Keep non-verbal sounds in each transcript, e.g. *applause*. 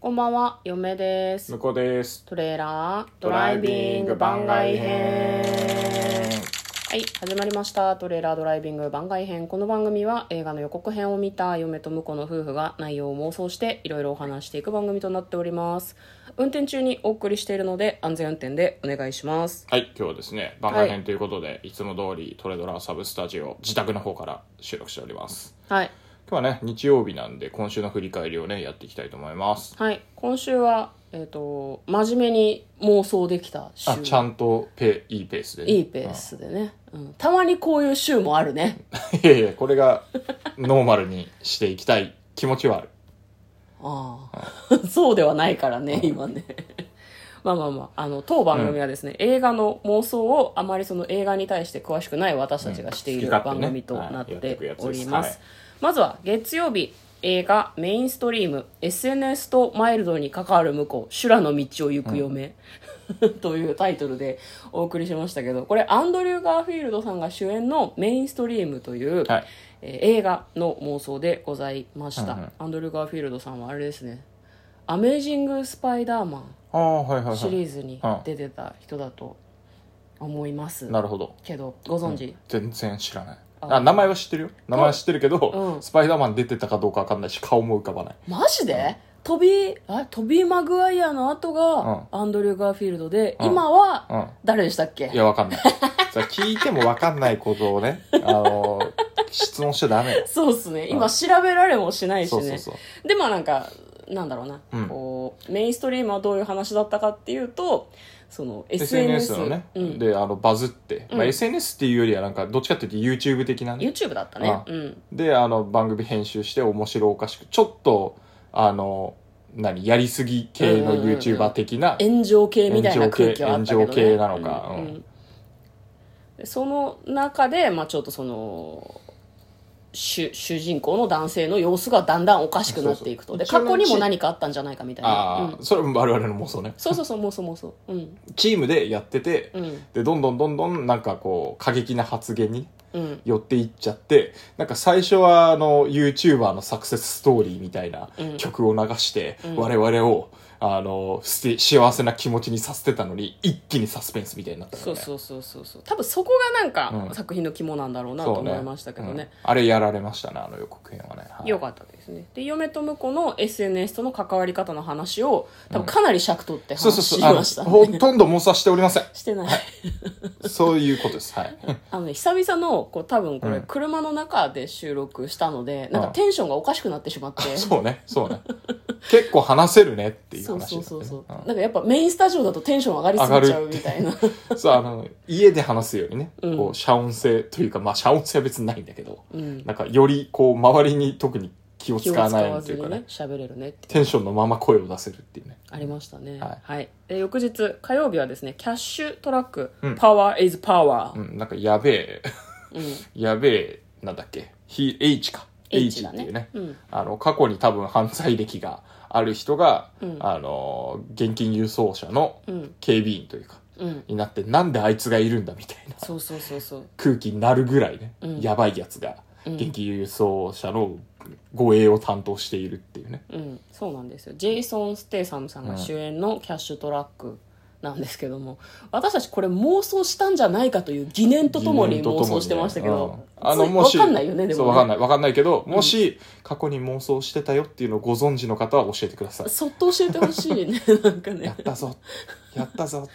こんばんは、嫁です向。こうですトレーラードライビング番外編。はい、始まりました。トレーラードライビング番外編。この番組は映画の予告編を見た嫁と婿の夫婦が内容を妄想していろいろお話していく番組となっております。運転中にお送りしているので安全運転でお願いします。はい今日はですね番外編ということで、い、つも通りトレドラサブスタジオ自宅の方から収録しておりますはい。今日はね日曜日なんで今週の振り返りをねやっていきたいと思いますはい。今週は、えっ、と、真面目に妄想できた週。あちゃんとペいいペースでね、いいペースでね、うん。たまにこういう週もあるね。うん *laughs* いやいやこれがノーマルにしていきたい気持ちはあるああ、そうではないからね、今ね。 *laughs* まあまあまあ、あの、当番組はですね、映画の妄想をあまりその映画に対して詳しくない私たちがしているうん好き勝番手ね組となっておりまはいやっていくやつですす。まずは月曜日、映画、メインストリーム、SNS とマイルドに関わる向こう、修羅の道を行く嫁、 *laughs* というタイトルでお送りしましたけど、これアンドリュー・ガーフィールドさんが主演のメインストリームという、はいえー映画の妄想でございました、うんうんアンドリュー・ガーフィールドさんはあれですね「アメージング・スパイダーマああはいはいン」シはリーズに出てた人だと思いますいなるほどけどご存知、全然知らないああ名前は知ってるよ名前は知ってるけど、うんスパイダーマン出てたかどうか分かんないし顔も浮かばないマジでトビーあトビー・マグワイアの後がアンドリュー・ガーフィールドで、うん今はうん誰でしたっけ、いや、わ *laughs* かんない。さ聞いてもわかんないことをね、あの、質問しちゃダメよ。そうっすねう今ん調べられもしないしそねうそうそう。でまあなんかなんだろうな、うんこうメインストリームはどういう話だったかっていうとその SNS, SNS のね、うん、で、あの、バズって、うんまあ、SNS っていうよりはなんか、どっちかっていうと YouTube 的なね。 YouTube だったねあうんで、あの、番組編集して面白おかしく、ちょっと、あの、何、やりすぎ系うんのうんうん YouTuber 的な、炎上系みたいな空気はあったけど、ね、炎上系なのかうんうんうんでその中で、まあ、ちょっとその主主人公の男性の様子がだんだんおかしくなっていくとそうそうで一応過去にうもち何かあったんじゃないかみたいな、あうあ、んそれも我々の妄想ね。そうそうそうもうそうもうそううんチームでやってて、うんで、どんどんどんどん、なんかこう、過激な発言にうん寄っていっちゃってなんか最初はあの YouTuber のサクセスストーリーみたいなうん曲を流して、うん我々をあのす幸せな気持ちにさせてたのに一気にサスペンスみたいになったかそらうねそうそうそうそう多分そこがなんかうん作品の肝なんだろうなとそうね思いましたけどねうんあれやられましたねあの予告編はね、はいよかったですねで嫁と婿の SNS との関わり方の話を多分かなり尺取ってそう話そうしそうあましたのね、ほとんど妄想はしておりませんしてないそういうことですはいあのね久々のこう多分こうれん車の中で収録したので、なんかうんテンションがおかしくなってしまって、 *laughs* そうねそうね結構話せるねっていうそう話そうだったそねうそう、うんなんかやっぱメインスタジオだとテンション上がりすぎちゃうみたいなそうあの家で話すよりね、うんこう遮音性というかまあ遮音性は別にないんだけど、うんなんかよりこう周りに特に *laughs* 気を気使を使わなわいとずいうかにねね喋れるねってテンションのまま声を出せるっていうねありましたねははいい、で翌日火曜日はですねキャッシュトラック「うん Power is Power う」んなんかやべえ *laughs* うんやべえなんだっけひ H か H だっていねうね、うんあの過去に多分犯罪歴がある人が、うんあの現金輸送車のうん警備員というかうんになってなんであいつがいるんだみたいなそうそうそうそう空気になるぐらいね、うんやばいやつがうん現金輸送車の護衛を担当しているっていうね、うん、そうなんですよジェイソン・ステイサムさんが主演の「キャッシュトラック」なんですけども、私たちこれ妄想したんじゃないかという疑念とともに妄想してましたけど、うんあのそうもしわかんないよねでそうもわかんねないわかんないけどもし過去に妄想してたよっていうのをご存知の方は教えてく *laughs* ださい、そっと教えてほしいねなんか *laughs* やっねたぞやったぞ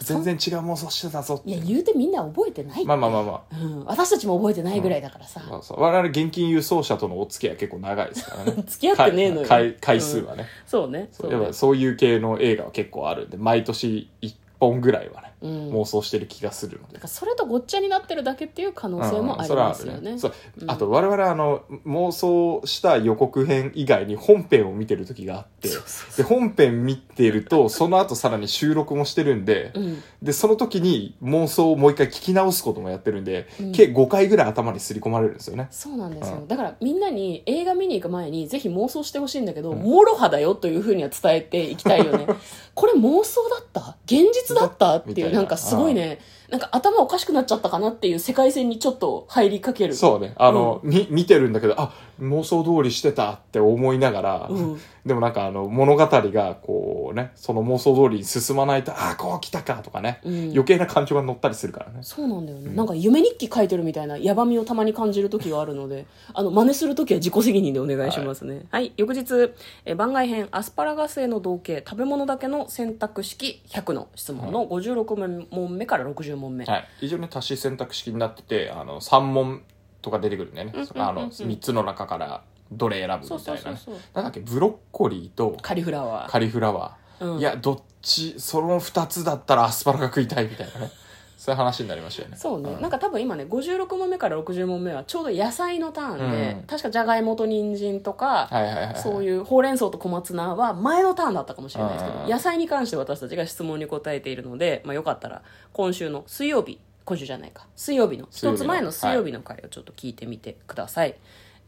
そ全ん然違う妄想してたぞいや言うてみんな覚えてない、まあまあまあまうん、私たちも覚えてないぐらいだからさあ、、まあそう我々現金輸送車とのお付き合い結構長いですからね付き合ってねえのよ回回数はね、そうねそそううやっねぱそういう系の映画は結構あるんで毎年1本ぐらいはね、うん妄想してる気がするのでだからそれとごっちゃになってるだけっていう可能性もありますよね,、うんそれはあるうねそうんあと我々あの妄想した予告編以外に本編を見てる時があってそうそうで本編見てるとその後さらに収録もしてるんで、うんでその時に妄想をもう一回聞き直すこともやってるんで、うん計5回ぐらい頭にすり込まれるんですよね。そうなんですよ、うんだからみんなに映画見に行く前にぜひ妄想してほしいんだけど、うんも *laughs* ろはだよというふうには伝えていきたいよねこれ妄想だった現実だったっていうたいななんかすごいね、なんか頭おかしくなっちゃったかなっていう世界線にちょっと入りかける。そうねあの、み見てるんだけどあ妄想通りしてたって思いながら、うんでもなんかあの物語がこうねその妄想通りに進まないとああこう来たかとかね、うん余計な感情が乗ったりするからねそうなんだよね、なんか夢日記書いてるみたいなやばみをたまに感じる時がある *laughs* のであの真似する時は自己責任でお願いしますねはい、翌日えー番外編アスパラガスへの同型食べ物だけの選択式100の質問の56問目から60問目、はい非常に足し選択式になっててあの3問とか出てくるんだよね、うんうんうんうんあの3つの中からどれ選ぶそうみたそういなそうねそうなんだっけブロッコリーとカリフラワーカリフラワー、うんいやどっちその2つだったらアスパラが食いたいみたいなね *laughs* そういう話になりましたよねそうね、んなんか多分今ね56問目から60問目はちょうど野菜のターンで、うん確かじゃがいもと人参とか、はいはいはいはいそういうほうれん草と小松菜は前のターンだったかもしれないですけうんうんどうん野菜に関して私たちが質問に答えているので、まあ、よかったら今週の水曜日今週じゃないか水曜日の水曜一日のつ前の水曜日の回をちょっと聞いてみてください、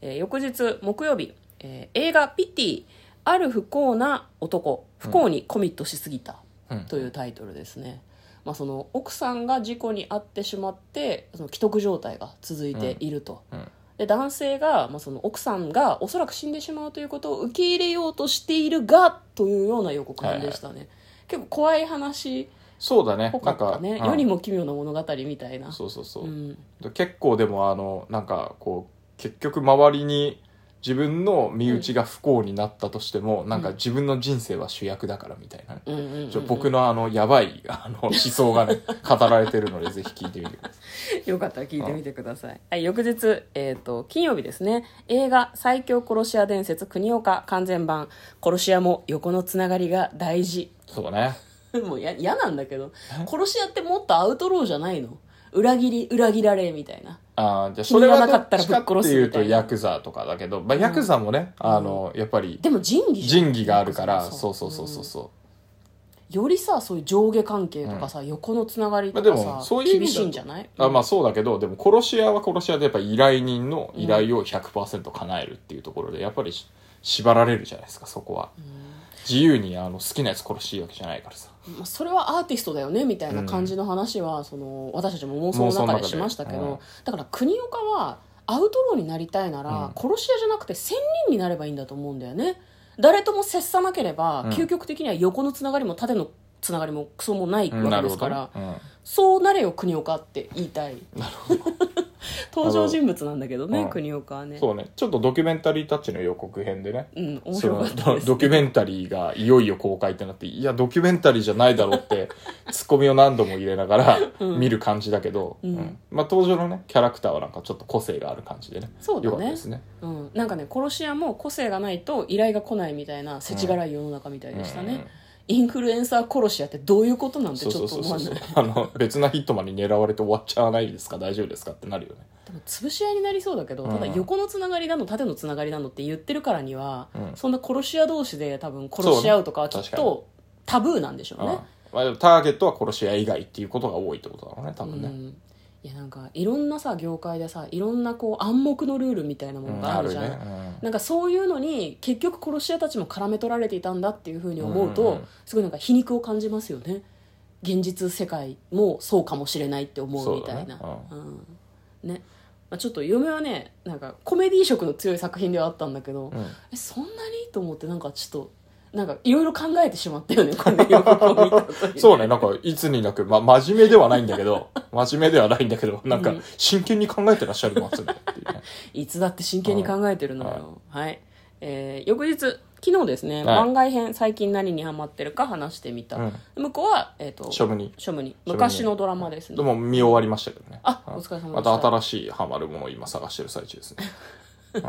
えー翌日木曜日、えー映画「ピッティある不幸な男不幸にコミットしすぎた」うんというタイトルですね、まあ、その奥さんが事故に遭ってしまってその既得状態が続いていると、うんうんで男性が、まあ、その奥さんがおそらく死んでしまうということを受け入れようとしているがというような予告編でしたね、結構怖い話っそうだねぽかなんったかねうん世にも奇妙な物語みたいなそうそうそう、うんで結構でもあのなんかこう結局周りに自分の身内が不幸になったとしても、なんか自分の人生は主役だからみたいなね、うんうんうんちょ僕のあのやばいあ *laughs* の思想がね語られてるのでぜひ聞いてみてくださよかったら聞いてみてください。はい、翌日、えっ、と、金曜日ですね。映画、最強殺し屋伝説、国岡完全版。殺し屋も横のつながりが大事。いそうね *laughs* もうや嫌なんだけど。殺し屋ってもっとアウトローじゃないの裏切り、裏切られ、みたいな。あーじゃあそ君れがはなどかっったらちぶっか殺すみたいなっていうとヤクザとかだけど、まあ、ヤクザもね、あのやっぱりでも仁義じゃん仁義があるからそうそうそううんそうそう、よりさ、そういう上下関係とかさ、横のつながりとまあかでさ、もそういう意味だと厳しいんじゃないあまあそうだけどでも殺し屋は殺し屋でやっぱ依頼人の依頼を100%叶えるっていうところでやっぱりし縛られるじゃないですかそこは、自由にあの好きなやつ殺していいわけじゃないからさまあそれはアーティストだよねみたいな感じの話は、その私たちも妄想の中でしましたけど、妄想のだ中から国岡はアウトローになりたいなら、殺し屋じゃなくて仙人になればいいんだと思うんだよね誰とも接さなければ、うん究極的には横のつながりも縦のつながりもクソもないうんわなけるでほすかどねら、うんそうなれよ国岡って言いたい登場人物なんだけどね、うん国岡はねそうねちょっとドキュメンタリータッチの予告編でねうん面そ白のかったドですドキュメンタリーがいよいよ公開ってなっていやドキュメンタリーじゃないだろうって *laughs* ツッコミを何度も入れながらうん見る感じだけど、うんまあ、登場のねキャラクターはなんかちょっと個性がある感じでねそうだねよかったですねうん、なんかね殺し屋も個性がないと依頼が来ないみたいな世知辛い世の中みたいでしたね、うんうんインフルエンサー殺し屋ってどういうことなんてちそょうっとそうそう思そわうないで *laughs* あの別なヒットマンに狙われて終わっちゃわないですか大丈夫ですかってなるよねも潰し合いになりそうだけどうんただ横のつながりだの縦のつながりだのって言ってるからには、うんそんな殺し屋同士で多分殺し合うとかはきっそうとタブーなんでしょうねうんまあ、でもターゲットは殺し屋以外っていうことが多いってことだろうね多分うね、んいやなんかいろんなさ業界でさいろんなこう暗黙のルールみたいなもうのんがあるじゃん、ね、うんなんかそういうのに結局殺し屋たちも絡め取られていたんだっていうふうに思うと、うんうんうんすごいなんか皮肉を感じますよね現実世界もそうかもしれないって思うみたいなそうだねうんねまあ、ちょっと嫁はねなんかコメディ色の強い作品ではあったんだけど、うんえそんなにと思ってなんかちょっとなんかいろいろ考えてしまったよね *laughs* この予告を見た *laughs* 時にそうね、なんか、いつになく、ま、真面目ではないんだけど、 *laughs* 真面目ではないんだけど、なんかうん、真剣に考えてらっしゃる松村っていうね。いつだって真剣に考えてるのよ。はい。えー翌日、昨日ですね、はい番外編、最近何にハマってるか話してみた。うん向こうは、えっ、と、庶務庶に。務に。昔のドラマですね。でも、見終わりましたけどね。あうんお疲れ様でしたまた新しいハマるものを今探してる最中ですね。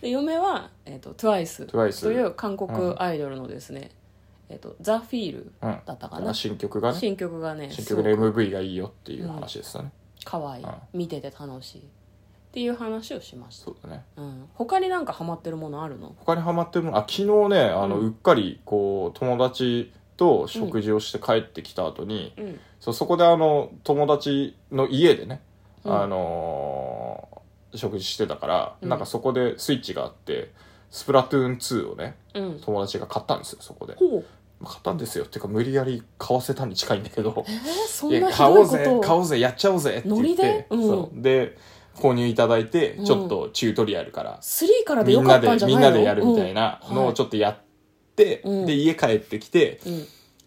で、嫁は、えっ、と、TWICE TWICE という韓国アイドルのですね、えっ、と、ザ・フィールうん。だったかな。新曲がね、新曲がね、新す曲ごのく MV がいいよっていう話ですよね。可愛いうん見てて楽しい。っていう話をしました。そうだね。うん。他になんかハマってるものあるの他にハマってるもの、あ、昨日ね、あの、ううっかり、こう、友達と食事をして帰ってきた後に、うん。そうそこであの友達の家でね、うんあのー食事してたから、うんなんかそこでスイッチがあってスプラトゥーン2をねうん。友達が買ったんですよそこで、ほう。買ったんですよっていうか無理やり買わせたに近いんだけど *laughs* えー、そいんやなひ買どいおうこぜとを買おうぜやっちゃおうぜって言ノリっでて、うんそうで購入いただいてうんちょっとチュートリアルから、 3からでみよんかなったんでじゃないみんのなでやるみたいなうんのをちょっとやって、うんで家帰ってきて、うん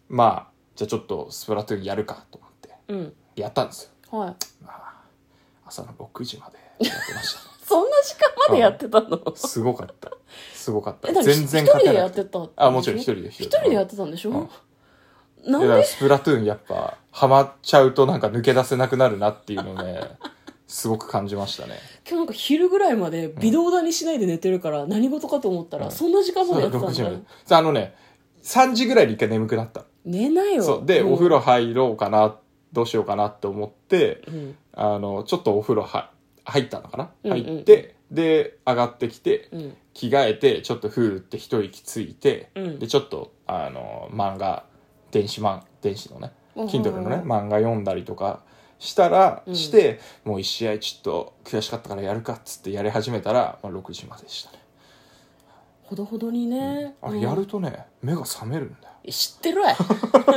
まあじゃあちょっとスプラトゥーンやるかと思ってうん、うんやったんですよ、はいまあ、朝の6時までやってましたねそんな時間までやってたの、すごかったすごかったえ何全然一人勝てでなやくっててたあもちろん一人で一人でやってたんでしょ、なんいやだからでスプラトゥーンやっぱハマっちゃうとなんか抜け出せなくなるなっていうのをね *laughs* すごく感じましたね今日なんか昼ぐらいまで微動だにしないで寝てるから何事かと思ったら、うんそんな時間までやってた6ん時だまでねそうあのね3時ぐらいに一回眠くなった寝なよそうで、うんお風呂入ろうかなどうしようかなって思ってうんあのちょっとお風呂は入ったのかなうんうん入って、で上がってきてうん着替えてちょっとフールって一息ついて、うんでちょっとあの漫画電子漫電子のねうん Kindle のね漫画読んだりとかしたら、うんしてもう1試合ちょっと悔しかったからやるかっつってやり始めたら、まあ、6時まででしたねほどほどにね、あうれんやるとね、目が覚めるんだよ知ってるわい *laughs*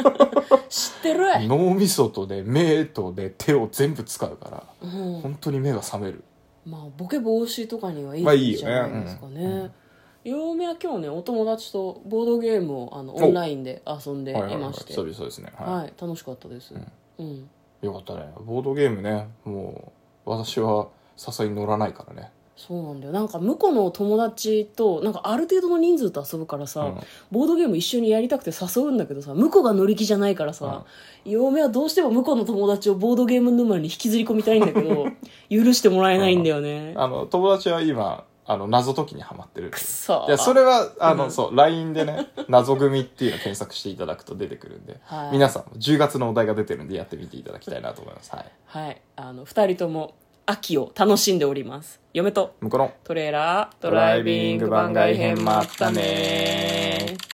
知ってるわい、脳みそとね目とね手を全部使うからうん本当に目が覚めるまあボケ防止とかにはいまあいいいよねじゃないですかね,、うんうん陽明は今日ねお友達とボードゲームをあのオンラインで遊んでいはいはいはまいして久々ですね、はいはい楽しかったですうん、よかったねボードゲームねもう私は誘いに乗らないからねそうなんだよなんか向こうの友達となんかある程度の人数と遊ぶからさ、うんボードゲーム一緒にやりたくて誘うんだけどさ向こうが乗り気じゃないからさ、嫁はどうしても向こうの友達をボードゲーム沼に引きずり込みたいんだけ *laughs* ど許してもらえないんだよね、あの友達は今あの謎解きにはまってるくっそいやそれはあうの、んそう LINE でね「謎組」っていうのを検索していただくと出てくるんで、はい皆さんも10月のお題が出てるんでやってみていただきたいなと思いますはいはいあの2人とも秋を楽しんでおります嫁と向こうのトレーラードドライビング番外編もあったね